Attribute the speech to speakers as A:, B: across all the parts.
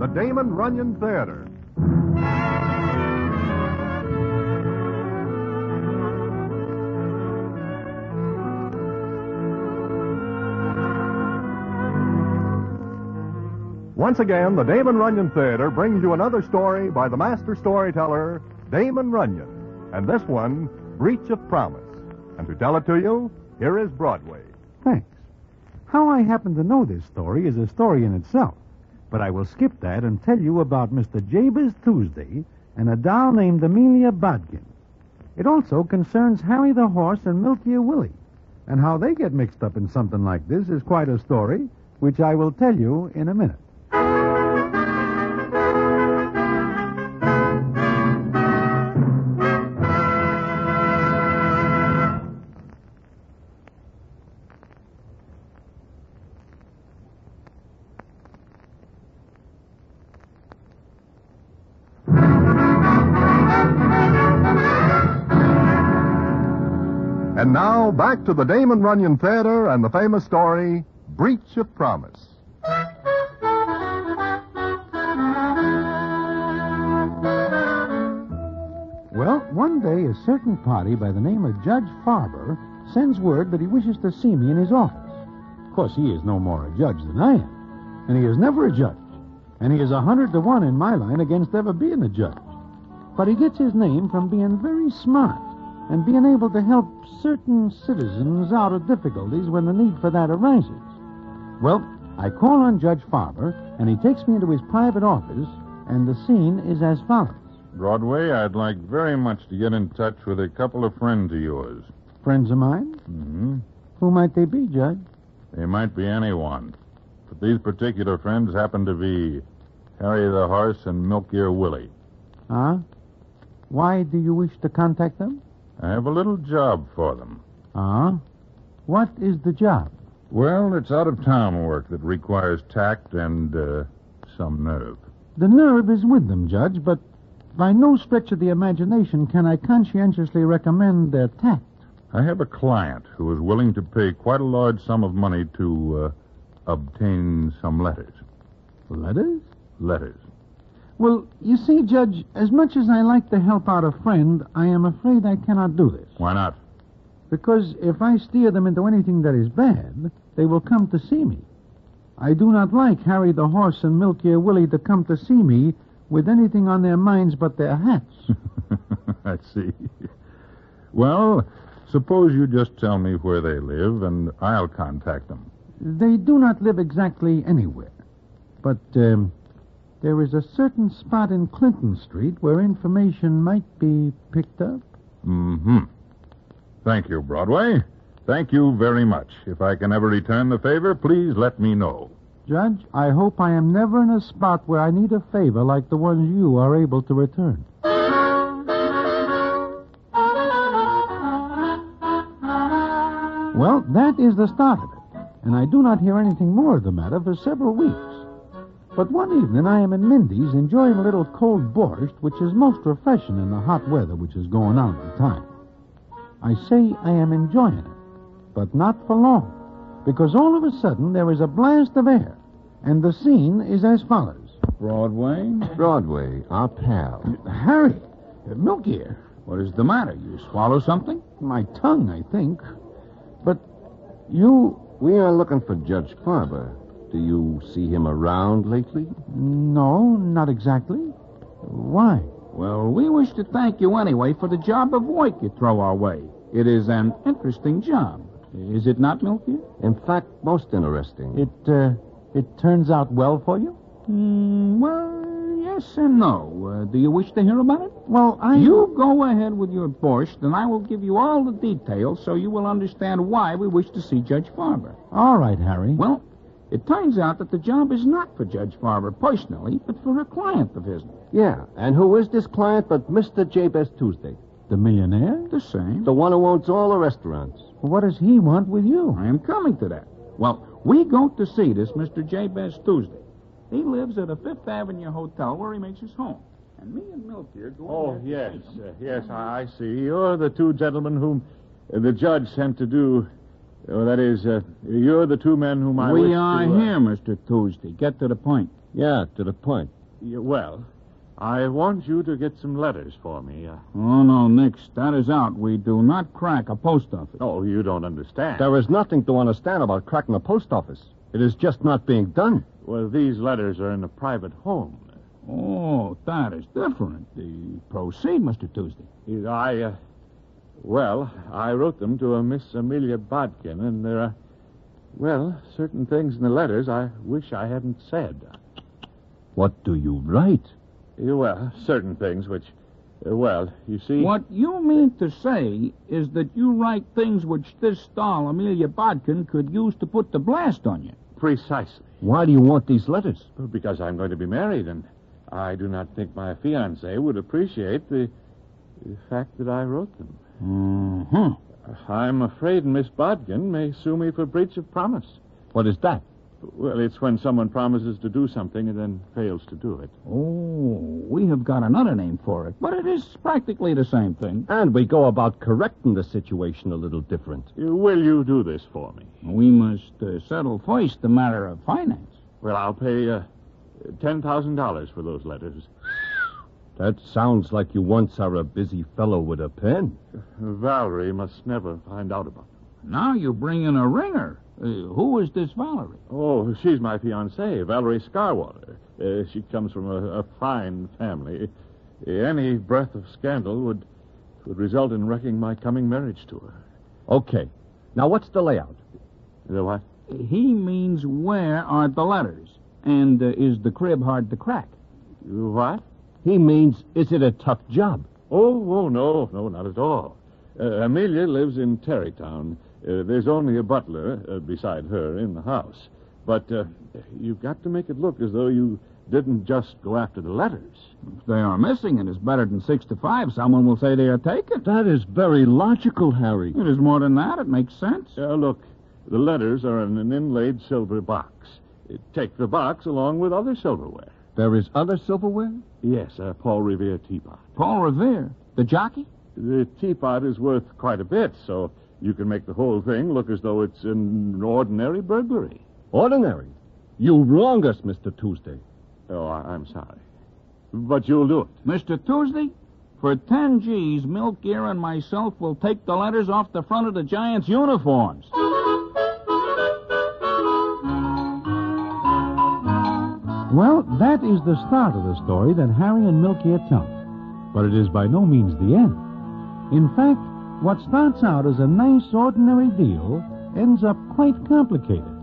A: the Damon Runyon Theater. Once again, the Damon Runyon Theater brings you another story by the master storyteller, Damon Runyon, and this one, Breach of Promise. And to tell it to you, here is Broadway.
B: Thanks. How I happen to know this story is a story in itself, but I will skip that and tell you about Mr. Jabez Tuesday and a doll named Amelia Bodkin. It also concerns Harry the Horse and Milky Willie, and how they get mixed up in something like this is quite a story, which I will tell you in a minute.
A: And now, back to the Damon Runyon Theater and the famous story, Breach of Promise.
B: Well, one day a certain party by the name of Judge Farber sends word that he wishes to see me in his office. Of course, he is no more a judge than I am, and he is never a judge, and he is a hundred to one in my line against ever being a judge. But he gets his name from being very smart and being able to help certain citizens out of difficulties when the need for that arises. Well, I call on Judge Farber, and he takes me into his private office, and the scene is as follows.
C: Broadway, I'd like very much to get in touch with a couple of friends of yours.
B: Friends of mine?
C: hmm
B: Who might they be, Judge?
C: They might be anyone, but these particular friends happen to be Harry the Horse and Milk Ear Willie.
B: Huh? Why do you wish to contact them?
C: I have a little job for them.
B: Huh? What is the job?
C: Well, it's out of town work that requires tact and uh, some nerve.
B: The nerve is with them, Judge, but by no stretch of the imagination can I conscientiously recommend their tact.
C: I have a client who is willing to pay quite a large sum of money to uh, obtain some letters.
B: Letters?
C: Letters.
B: Well, you see, Judge, as much as I like to help out a friend, I am afraid I cannot do this.
C: Why not?
B: Because if I steer them into anything that is bad, they will come to see me. I do not like Harry the Horse and Milky Willie to come to see me with anything on their minds but their hats.
C: I see. Well, suppose you just tell me where they live, and I'll contact them.
B: they do not live exactly anywhere. But um, there is a certain spot in Clinton Street where information might be picked up.
C: Mm-hmm. Thank you, Broadway. Thank you very much. If I can ever return the favor, please let me know.
B: Judge, I hope I am never in a spot where I need a favor like the ones you are able to return. Well, that is the start of it, and I do not hear anything more of the matter for several weeks. But one evening I am in Mindy's enjoying a little cold borscht, which is most refreshing in the hot weather which is going on at the time. I say I am enjoying it, but not for long because all of a sudden there is a blast of air, and the scene is as follows.
D: Broadway?
E: Broadway, our pal.
B: Harry, uh, Milky Ear,
D: What is the matter? You swallow something?
B: my tongue, I think. But you.
E: We are looking for Judge Farber. Do you see him around lately?
B: No, not exactly. Why?
D: Well, we wish to thank you anyway for the job of work you throw our way. It is an interesting job. Is it not, Milky?
E: In fact, most interesting.
B: It, uh, it turns out well for you?
D: Mm, well, yes and no. Uh, do you wish to hear about it?
B: Well, I.
D: You go ahead with your borscht, and I will give you all the details so you will understand why we wish to see Judge Farber.
B: All right, Harry.
D: Well, it turns out that the job is not for Judge Farber personally, but for a client of his.
E: Yeah, and who is this client but Mr. Jabez Tuesday?
B: the millionaire?
D: The same.
E: The one who owns all the restaurants.
B: What does he want with you?
D: I am coming to that. Well, we go to see this Mr. Jabez Tuesday. He lives at a Fifth Avenue hotel where he makes his home. And me and Milk here go
C: Oh,
D: over there
C: yes.
D: to see him.
C: uh, yes, I I see. You're the two gentlemen whom uh, the judge sent to do. oh, that is, uh, you're the two men whom I
D: we
C: wish
D: are
C: to, uh,
D: here, Mr. Tuesday. Get to the point.
E: Yeah, to the point.
C: Yeah, well, I want you to get some letters for me. Uh,
D: Oh, no, Nix. That is out. We do not crack a post office.
C: oh, you don't understand.
E: There is nothing to understand about cracking a post office. It is just not being done.
C: Well, these letters are in a private home.
D: Oh, that is different. The proceed, Mr. Tuesday.
C: I, uh, well, I wrote them to a Miss Amelia Bodkin, and there are, well, certain things in the letters I wish I hadn't said.
E: What do you write?
C: Uh, Well, certain things which, uh, well, you see.
D: What you mean to say is that you write things which this stall, Amelia Bodkin, could use to put the blast on you.
C: Precisely.
E: Why do you want these letters?
C: Because I'm going to be married, and I do not think my fiancée would appreciate the, the fact that I wrote them.
D: Mm-hmm.
C: I'm afraid Miss Bodkin may sue me for breach of promise.
E: What is that?
C: Well, it's when someone promises to do something and then fails to do it.
D: Oh, we have got another name for it, but it is practically the same thing.
E: And we go about correcting the Uh, situation a little different.
C: Uh, Will you do this for me?
D: We must uh, settle first the matter of finance.
C: Well, I'll pay uh, $10,000 for those letters.
E: That sounds like you once are a busy fellow with a pen.
C: Valerie must never find out about them.
D: Now you bring in a ringer. Uh, who is this Valerie?
C: Oh, she's my fiancée, Valerie Scarwater. Uh, she comes from a, a fine family. Any breath of scandal would, would result in wrecking my coming marriage to her.
E: Okay. Now, what's the layout?
C: The what?
D: He means where are the letters, and uh, is the crib hard to crack?
C: What?
E: He means, is it a tough job?
C: Oh, oh, no, no, not at all. Uh, Amelia lives in Terrytown. Uh, there's only a butler uh, beside her in the house. But uh, you've got to make it look as though you didn't just go after the letters.
D: If they are missing, it is better than six to five. Someone will say they are taken.
E: That is very logical, Harry.
D: It is more than that. It makes sense.
C: Uh, look, the letters are in an inlaid silver box. Uh, Take the box along with other silverware.
E: There is other silverware?
C: Yes, a Paul Revere teapot.
D: Paul Revere, the jockey?
C: The teapot is worth quite a bit, so you can make the whole thing look as though it's an ordinary burglary.
E: Ordinary. You wrong us, Mr. Tuesday.
C: Oh, I- I'm sorry. But you'll do it.
D: Mr. Tuesday, for 10 G's, Milk Gear and myself will take the letters off the front of the Giants' uniforms.
B: Well, that is the start of the story that Harry and Milky are telling, but it is by no means the end. In fact, what starts out as a nice, ordinary deal ends up quite complicated.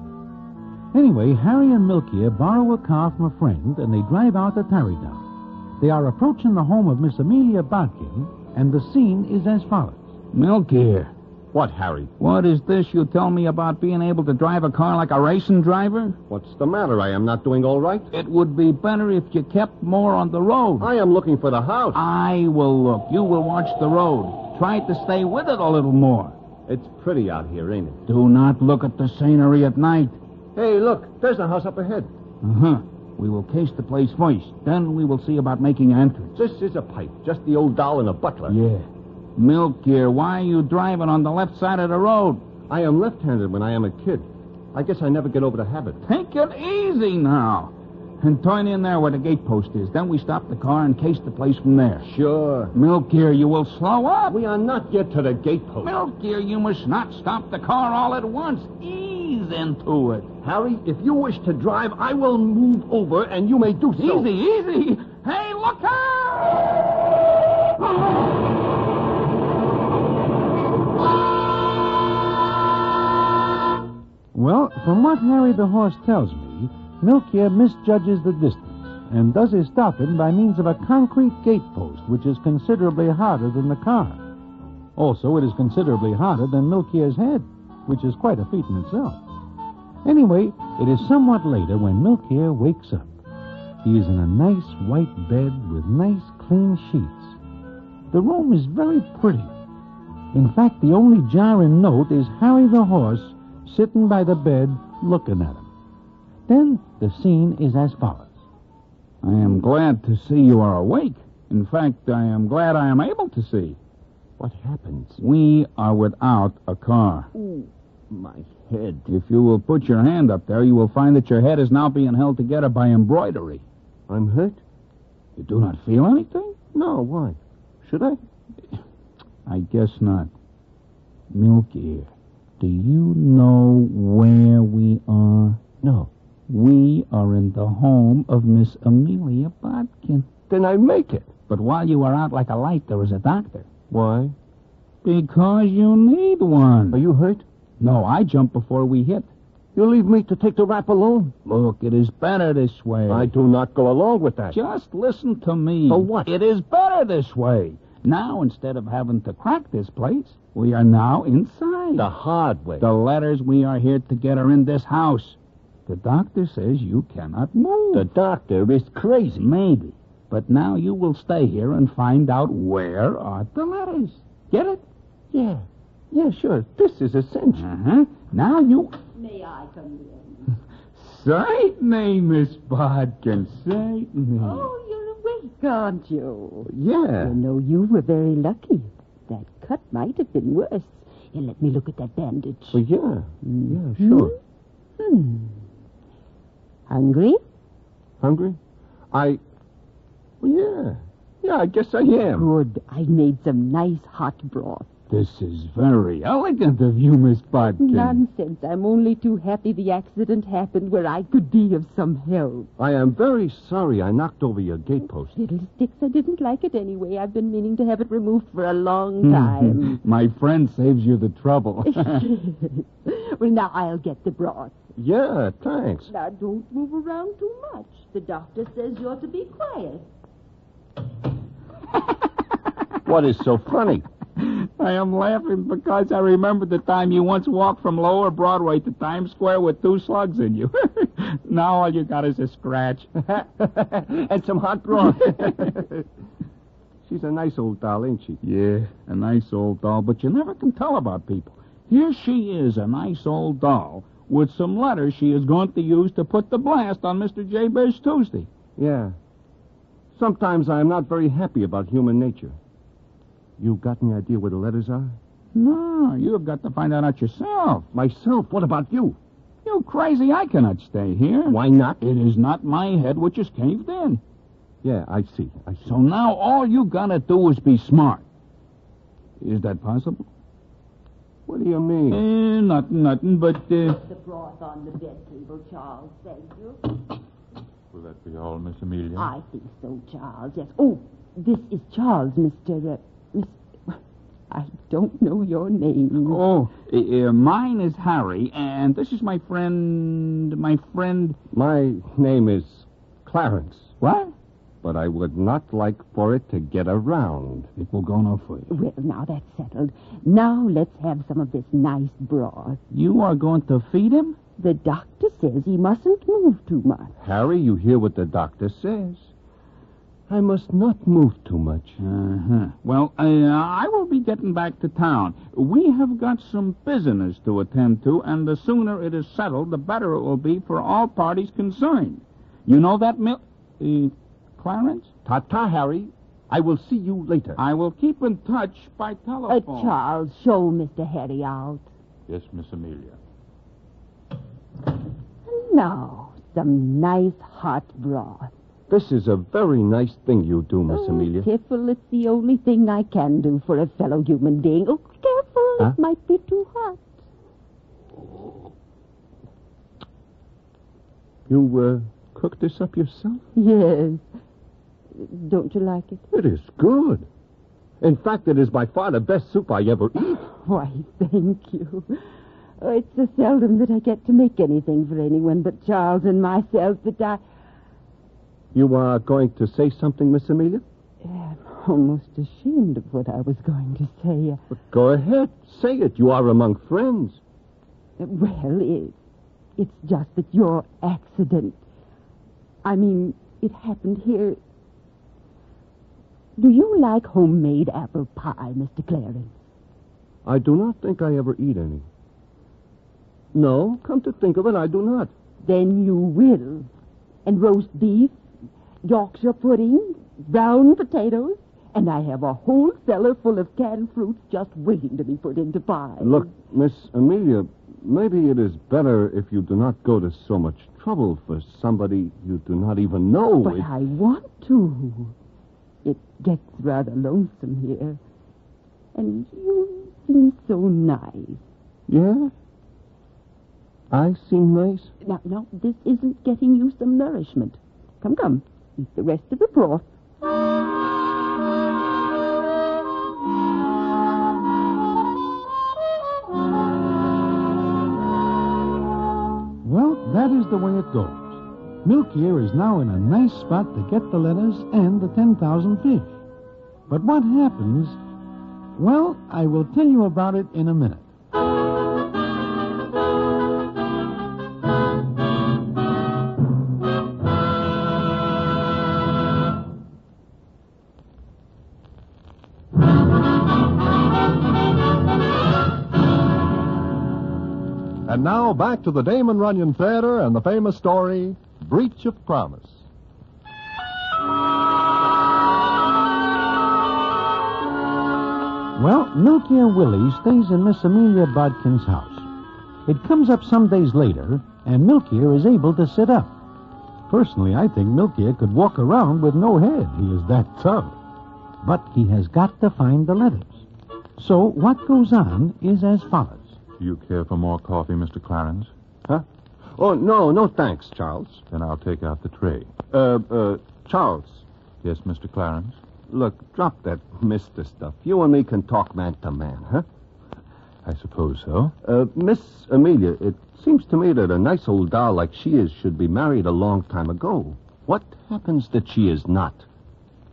B: Anyway, Harry and Milky borrow a car from a friend and they drive out to Tarrytown. They are approaching the home of Miss Amelia Bodkin, and the scene is as follows.
D: Milk Gear,
E: What, Harry?
D: what is this you tell me about being able to drive a car like a racing driver?
E: What's the matter? I am not doing all right.
D: It would be better if you kept more on the road.
E: I am looking for the house.
D: I will look. You will watch the road. Try to stay with it a little more.
E: It's pretty out here, ain't it?
D: Do not look at the scenery at night.
E: Hey, look, there's a house up ahead.
D: Uh huh. We will case the place first. Then we will see about making an entrance.
E: This is a pipe, just the old doll and a butler.
D: Yeah. Milk Gear, why are you driving on the left side of the road?
E: I am left-handed when I am a kid. I guess I never get over the habit.
D: Take it easy now. And turn in there where the gatepost is. Then we stop the car and case the place from there.
E: Sure.
D: Milk Gear, you will slow up.
E: We are not yet to the gatepost.
D: Milk Gear, you must not stop the car all at once. Ease into it.
E: Harry, if you wish to drive, I will move over, and you may do so.
D: Easy, easy. Hey, look out!
B: Well, from what Harry the horse tells me, Milkia misjudges the distance and does his stopping by means of a concrete gatepost, which is considerably harder than the car. Also, it is considerably harder than Milkia's head, which is quite a feat in itself. Anyway, it is somewhat later when Milkia wakes up. He is in a nice white bed with nice clean sheets. The room is very pretty. In fact, the only jarring note is Harry the horse sitting by the bed looking at him. Then the scene is as follows.
D: I am glad to see you are awake. In fact, I am glad I am able to see.
E: What happens?
D: We are without a car.
E: My head.
D: If you will put your hand up there, you will find that your head is now being held together by embroidery.
E: I'm hurt?
D: You do not feel anything?
E: No, why? Should I?
D: I guess not. Milk Ear, do you know where we are?
E: No.
D: We are in the home of Miss Amelia Bodkin.
E: Then I make it.
D: But while you are out like a light, there is a doctor.
E: Why?
D: Because you need one.
E: Are you hurt?
D: No, I jumped before we hit.
E: You leave me to take the rap alone?
D: Look, it is better this way.
E: I do not go along with that.
D: Just listen to me.
E: For what?
D: It is better this way. Now, instead of having to crack this place, we are now inside.
E: The hard way.
D: The letters we are here to get are in this house. The doctor says you cannot move.
E: The doctor is crazy.
D: Maybe. But now you will stay here and find out where are the letters. Get it?
E: Yeah. Yeah, sure. This is essential.
D: Uh-huh. Now you...
F: May I come in?
D: Certainly, Miss Bodkin, certainly.
F: Oh, you're awake, aren't you?
E: Yeah.
F: You know, you were very lucky. That cut might have been worse. Here, let me look at that bandage. Hmm.
E: Well, yeah. Yeah, sure.
D: Hmm?
F: Hungry?
E: Hungry? I. Well, yeah. Yeah, I guess I am.
F: Good. I made some nice hot broth.
D: This is very elegant of you, Miss Bodkin.
F: Nonsense. I'm only too happy the accident happened where I could be of some help.
E: I am very sorry I knocked over your gatepost.
F: Fiddlesticks, I didn't like it anyway. I've been meaning to have it removed for a long time.
D: My friend saves you the trouble.
F: well, now I'll get the broth.
E: Yeah, thanks.
F: Now, don't move around too much. The doctor says you're to be quiet.
E: What is so funny?
D: I am laughing because I remember the time you once walked from Lower Broadway to Times Square with two slugs in you. now all you got is a scratch.
E: and some hot broth. She's a nice old doll, ain't she?
D: yeah, a nice old doll, but you never can tell about people. Here she is, a nice old doll, with some letters she is going to use to put the blast on Mr. J. Bass Tuesday.
E: Yeah. Sometimes I am not very happy about human nature. You got any idea where the letters are?
D: No, you have got to find that out yourself.
E: Myself, what about you?
D: You crazy, I cannot stay here.
E: Why not?
D: It is not my head which is caved in.
E: Yeah, I see. I see.
D: So now all you gotta do is be smart. Is that possible?
E: What do you mean?
D: Eh, nothing, nothing, but, uh,
F: The broth on the bed table, Charles. Thank you.
G: Will that be all, Miss Amelia?
F: I think so, Charles. Yes. Oh, this is Charles, Mr. Uh, Miss. I don't know your name.
D: oh, uh, mine is Harry, and this is my friend, my friend,
E: My name is Clarence,
D: what?
E: but I would not like for it to get around.
D: It will go no further.
F: Well, now that's settled. Now let's have some of this nice broth.
D: You are going to feed him?
F: The doctor says he mustn't move too much.
E: Harry, you hear what the doctor says. I must not move too much.
D: Uh-huh. Well, uh, I will be getting back to town. We have got some business to attend to, and the sooner it is settled, the better it will be for all parties concerned. You know that, Mil... Uh, Clarence?
E: Ta-ta, Harry. I will see you later.
D: I will keep in touch by
F: Uh,
D: telephone.
F: Charles, show Mr. Harry out.
G: Oh. Yes, Miss Amelia.
F: Now, some nice hot broth.
E: This is a very nice thing you do, Miss
F: Oh,
E: Amelia.
F: Careful, it's the only thing I can do for a fellow human being. Oh, careful,
E: Huh?
F: it might be too hot.
E: You uh, cooked this up yourself?
F: Yes. Don't you like it?
E: It is good. In fact, it is by far the best soup I ever eat.
F: Why, thank you. Oh, it's so seldom that I get to make anything for anyone but Charles and myself that I
E: You are going to say something, Miss Amelia?
F: am almost ashamed of what I was going to say.
E: Go ahead. Say it. You are among friends.
F: Uh, Well, it, it's just that your accident. I mean, it happened here. Do you like homemade apple pie, Mr. Clarence?
E: I do not think I ever eat any. No, come to think of it, I do not.
F: Then you will. And roast beef, Yorkshire pudding, brown potatoes, and I have a whole cellar full of canned fruits just waiting to be put into pie.
E: Look, Miss Amelia, Maybe it is better if you do not go to so much trouble for somebody you do not even know.
F: But
E: It-
F: I want to. It gets rather lonesome here. And you seem so nice.
E: Yeah? I seem nice?
F: Now, now, this isn't getting you some nourishment. Come, come. Eat the rest of the broth.
B: Well, that is the way it goes. Milk Year is now in a nice spot to get the letters and the 10,000 fish. But what happens? Well, I will tell you about it in a minute.
A: And now back to the Damon Runyon Theater and the famous story, Breach of Promise.
B: Well, Milk Year Willie stays in Miss Amelia Bodkin's house. It comes up some days later, and Milk Year is able to sit up. Personally, I think Milk Year could walk around with no head. He is that tough. But he has got to find the letters. So what goes on is as follows.
C: Do you care for more coffee, Mr. Clarence?
E: Oh, no, no thanks, Charles.
C: Then I'll take out the tray.
E: Uh, uh, Charles,
C: Yes, Mr. Clarence?
E: look, drop that mister stuff. You and me can talk man to man, huh?
C: I suppose so.
E: Uh, Miss Amelia, it seems to me that a nice old doll like she is should be married a long time ago. What happens that she is not?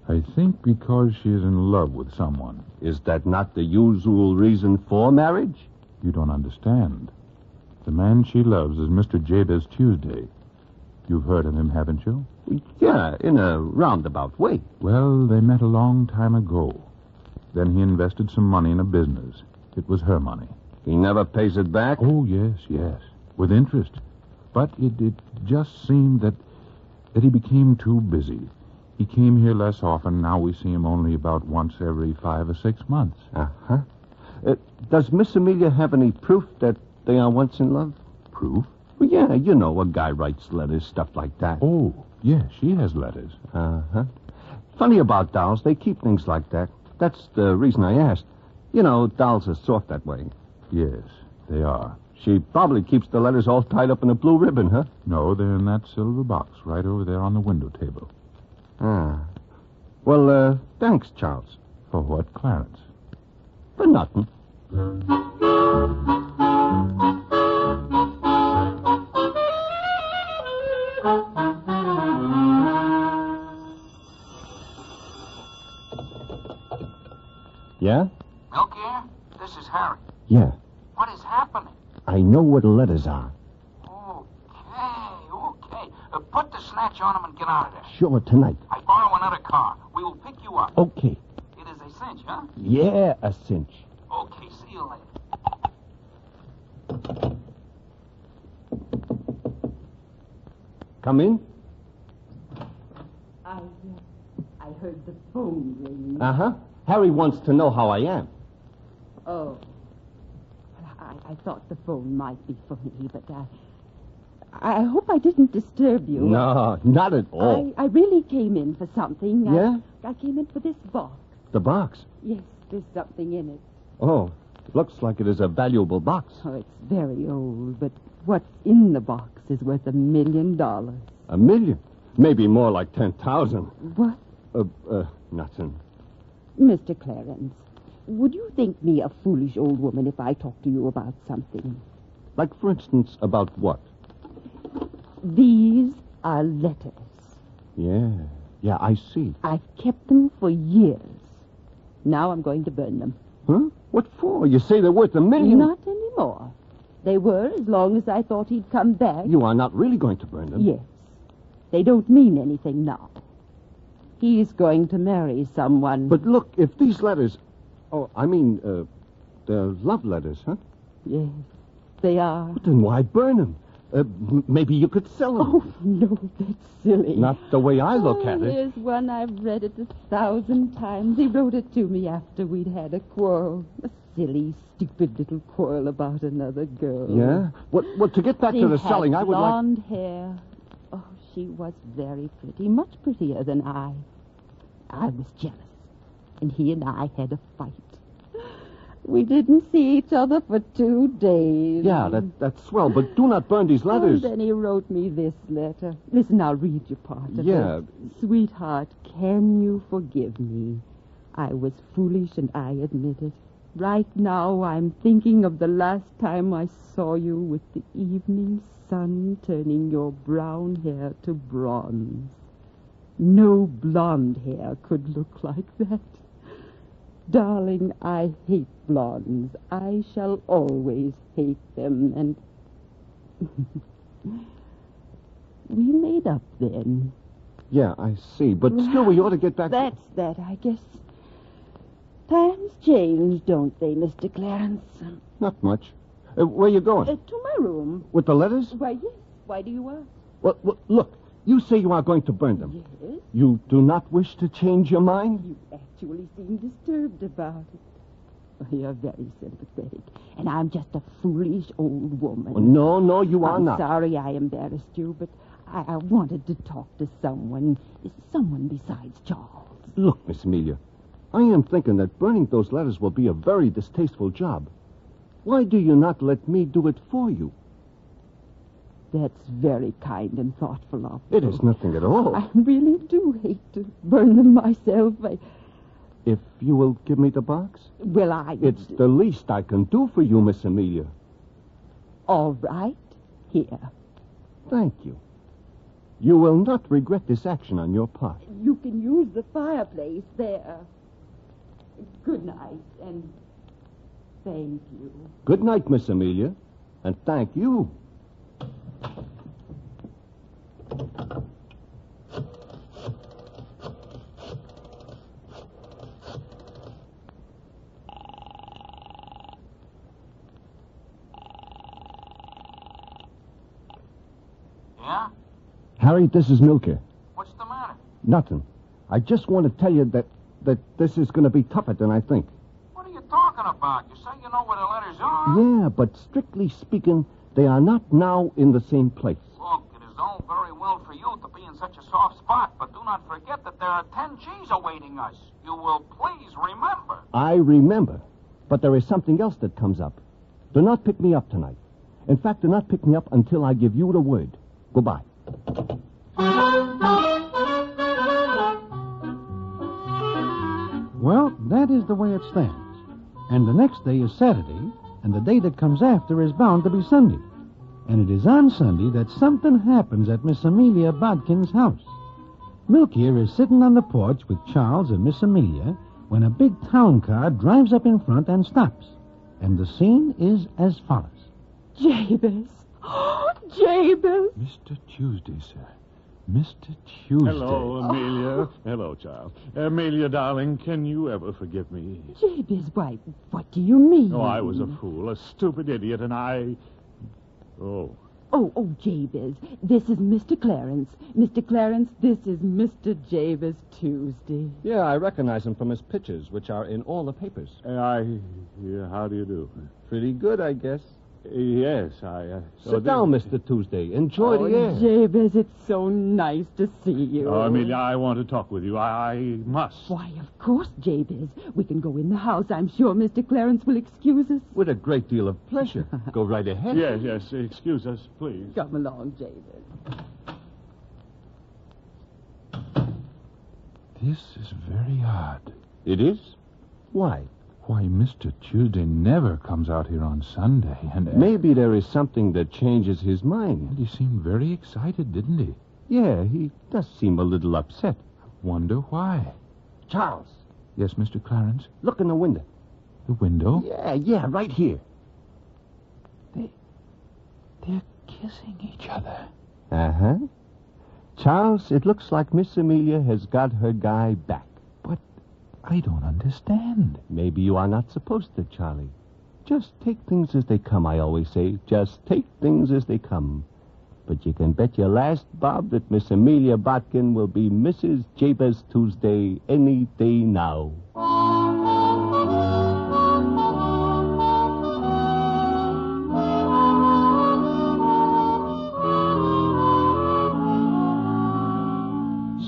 C: I think because she is in love with someone.
E: Is that not the usual reason for marriage?
C: You don't understand. The man she loves is Mr. Jabez Tuesday. You've heard of him, haven't you?
E: Yeah, in a roundabout way.
C: Well, they met a long time ago. Then he invested some money in a business. It was her money.
E: He never pays it back.
C: Oh, yes, yes. With interest. But it, it just seemed that that he became too busy. He came here less often. Now we see him only about once every five or six months.
E: Uh-huh. Uh, does Miss Amelia have any proof that they are once in love?
C: Proof?
E: Well, yeah, you know, a guy writes letters, stuff like that.
C: Oh, yes, she has letters.
E: Uh-huh. Funny about dolls, they keep things like that. That's the reason I asked. You know, dolls are soft that way.
C: Yes, they are.
E: She probably keeps the letters all tied up in a blue ribbon, huh?
C: No, they're in that silver box right over there on the window table.
E: Ah. Well, uh, thanks, Charles.
C: For what, Clarence?
E: For nothing. Yeah?
H: Milk Air? This is Harry.
E: Yeah.
H: What is happening?
E: I know where the letters are.
H: Okay, okay. Uh, put the snatch on him and get out of there.
E: Sure, tonight.
H: I borrow another car. We will pick you up.
E: Okay.
H: It is a cinch, huh?
E: Yeah, a cinch.
H: Okay, see you later.
E: Come in?
F: I, uh, I heard the phone ring.
E: Uh huh. Harry wants to know how I am.
F: Oh. I, I thought the phone might be for me, but I. I hope I didn't disturb you.
E: No, not at all.
F: I, I really came in for something. I-
E: Yeah?
F: I came in for this box.
E: The box.
F: Yes, there's something in it.
E: Oh, looks like it is a valuable box.
F: Oh, it's very old, but what's in the box is worth a million dollars.
E: A million. Maybe more like 10,000.
F: What?
E: Uh, uh, nothing.
F: Mr. Clarence, would you think me a foolish old woman if I talked to you about something?
E: Like, for instance, about what?
F: These are letters.
E: Yeah. Yeah, I see.
F: I've kept them for years. Now I'm going to burn them.
E: Huh? What for? You say they're worth a million.
F: Not anymore. They were as long as I thought he'd come back.
E: You are not really going to burn them.
F: Yes. They don't mean anything now. He's going to marry someone.
E: But look, if these letters. Oh, I mean, uh, they're love letters, huh?
F: Yes, they are.
E: Then why burn them? Uh, m- maybe you could sell them.
F: Oh, no, that's silly.
E: Not the way I look
F: Oh,
E: at it.
F: Here's one I've read it a thousand times. He wrote it to me after we'd had a quarrel. A silly, stupid little quarrel about another girl.
E: Yeah? Well, well to get back
F: She
E: to the
F: Oh. had
E: selling, I would like.
F: blonde hair. Oh, she was very pretty, much prettier than I. I was jealous, and he and I had a fight. We didn't see each other for two days.
E: Yeah, that, that's swell, but do not burn these
F: And
E: letters.
F: then he wrote me this letter. Listen, I'll read you part of
E: Yeah.
F: it. Sweetheart, can you forgive me? I was foolish and I admit it. Right now I'm thinking of the last time I saw you with the evening sun turning your brown hair to bronze. No blonde hair could look like that. Darling, I hate blondes. I shall always hate them, and we made up then.
E: Yeah, I see, but
F: Mm.
E: still we ought to get back to.
F: That's that, I guess. Times change, don't they, Mr. Clarence?
E: Not much. Uh, where you going?
F: Uh, to my room.
E: With the letters?
F: Why, yes. Why do you ask?
E: Well, well, look, you say you are going to burn them.
F: Yes.
E: You do not wish to change your mind?
F: You actually seem disturbed about it. Oh, you're very sympathetic, and I'm just a foolish old woman.
E: Well, no, no, you are
F: I'm
E: not.
F: sorry I embarrassed you, but I, I wanted to talk to someone, someone besides Charles.
E: Look, Miss Amelia, I am thinking that burning those letters will be a very distasteful job. Why do you not let me do it for you?
F: That's very kind and thoughtful of you.
E: It is nothing at all.
F: Oh. I really do hate to burn them myself. I,
E: If you will give me the box,
F: well, I.
E: it's the least I can do for you, Miss Amelia.
F: All right. Here.
E: Thank you. You will not regret this action on your part.
F: You can use the fireplace there. Good night, and thank you.
E: Good night, Miss Amelia, and thank you.
H: Yeah?
E: Harry, this is Milker.
H: What's the matter?
E: Nothing. I just want to tell you that that this is going to be tougher than I think.
H: What are you talking about? You say you know where the letters are?
D: Mm-hmm.
E: Yeah, but strictly speaking, they are not now in the same place.
H: Look, it is all very well for you to be in such a soft spot, but do not forget that there are ten G's awaiting us. You will please remember.
E: I remember, but there is something else that comes up. Do not pick me up tonight. In fact, do not pick me up until I give you the word. Goodbye.
B: Well, that is the way it stands. And the next day is Saturday, and the day that comes after is bound to be Sunday. And it is on Sunday that something happens at Miss Amelia Bodkin's house. Milkier is sitting on the porch with Charles and Miss Amelia when a big town car drives up in front and stops. And the scene is as follows.
F: Jabez. Jabez.
C: Mr. Tuesday, sir. Mr. Tuesday.
G: Hello, Amelia. Hello, child. Amelia, darling, can you ever forgive me?
F: Jabez, why, what do you mean?
G: Oh, I was a fool, a stupid idiot, and I. Oh,
F: Oh, oh, Jabez, this is Mr. Clarence. Mr. Clarence, this is Mr. Jabez Tuesday.
E: Yeah, I recognize him from his pictures, which are in all the papers.
G: I. yeah, how do you do?
E: Pretty good, I guess.
G: Yes, I. Uh, so
E: Sit
G: this-
E: down, Mr. Tuesday. Enjoy the air.
F: Oh, Jabez, it's so nice to see you.
G: Oh, Amelia, I want to talk with you. I, I must.
F: Why, of course, Jabez. We can go in the house. I'm sure Mr. Clarence will excuse us.
E: With a great deal of pleasure. Go right ahead.
G: Yes, yes. Excuse us, please.
F: Come along, Jabez.
C: This is very odd.
E: It is? Why?
C: Why, Mr. Tuesday never comes out here on Sunday, and
E: Maybe there is something that changes his mind.
C: And he seemed very excited, didn't he?
E: Yeah, he does seem a little upset.
C: Wonder why.
E: Charles,
C: Yes, Mr. Clarence.
E: look in the window.
C: The window.
E: Yeah, yeah, right here.
C: They're kissing each other.
E: Uh huh. Charles, it looks like Miss Amelia has got her guy back.
C: I don't understand.
E: Maybe you are not supposed to, Charlie. Just take things as they come, I always say. Just take things as they come. But you can bet your last bob that Miss Amelia Botkin will be Mrs. Jabez Tuesday any day now.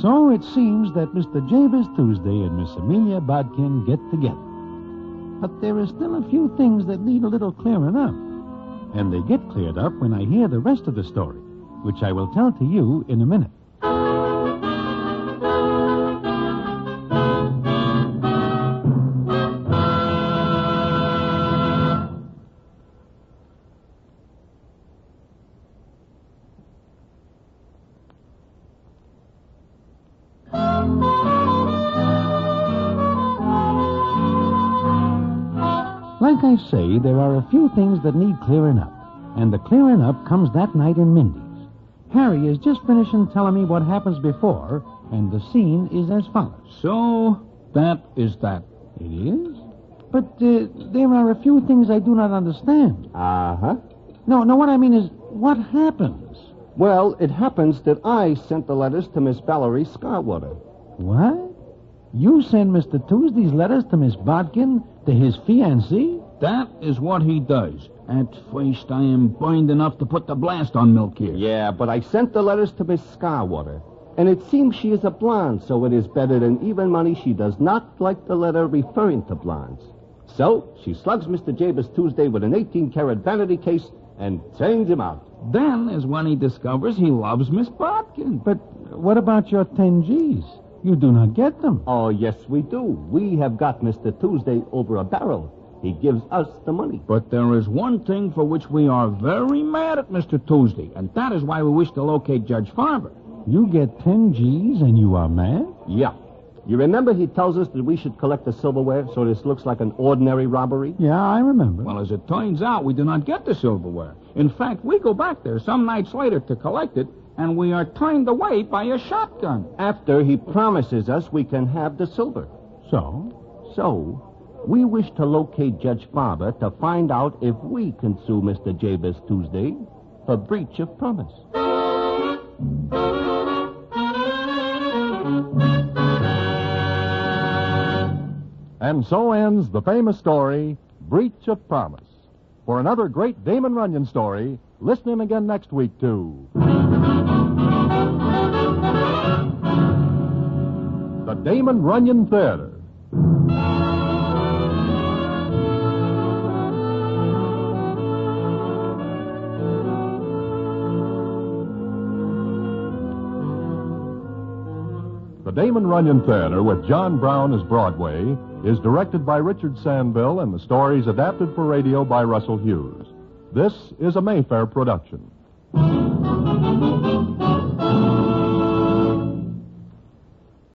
B: So it seems that Mr. Jabez Tuesday and Miss Amelia Bodkin get together. But there are still a few things that need a little clearing up. And they get cleared up when I hear the rest of the story, which I will tell to you in a minute. Like I say, there are a few things that need clearing up. And the clearing up comes that night in Mindy's. Harry is just finishing telling me what happens before, and the scene is as follows.
D: So that is that.
B: It is? But uh, there are a few things I do not understand.
E: Uh huh.
B: No, no, what I mean is, what happens?
E: Well, it happens that I sent the letters to Miss Valerie Scarwater.
B: What? You send Mr. Tuesday's letters to Miss Bodkin, to his fiancée?
D: That is what he does. At first, I am blind enough to put the blast on Milk here.
E: Yeah, but I sent the letters to Miss Scarwater. And it seems she is a blonde, so it is better than even money. She does not like the letter referring to blondes. So she slugs Mr. Jabez Tuesday with an 18 carat vanity case and turns him out.
D: Then is when he discovers he loves Miss Bodkin.
B: But what about your 10 G's? You do not get them.
E: Oh, yes, we do. We have got Mr. Tuesday over a barrel. He gives us the money.
D: But there is one thing for which we are very mad at Mr. Tuesday, and that is why we wish to locate Judge Farber.
B: You get 10 G's and you are mad?
E: Yeah. You remember he tells us that we should collect the silverware so this looks like an ordinary robbery?
B: Yeah, I remember.
D: Well, as it turns out, we do not get the silverware. In fact, we go back there some nights later to collect it, and we are turned away by a shotgun.
E: After he promises us we can have the silver.
B: so?
E: So, we wish to locate Judge Farber to find out if we can sue Mr. Jabez Tuesday for breach of promise.
A: And so ends the famous story, Breach of Promise. For another great Damon Runyon story, listen in again next week to The Damon Runyon Theater. The Damon Runyon Theater with John Brown as Broadway is directed by Richard Sandville and the stories adapted for radio by Russell Hughes. This is a Mayfair production.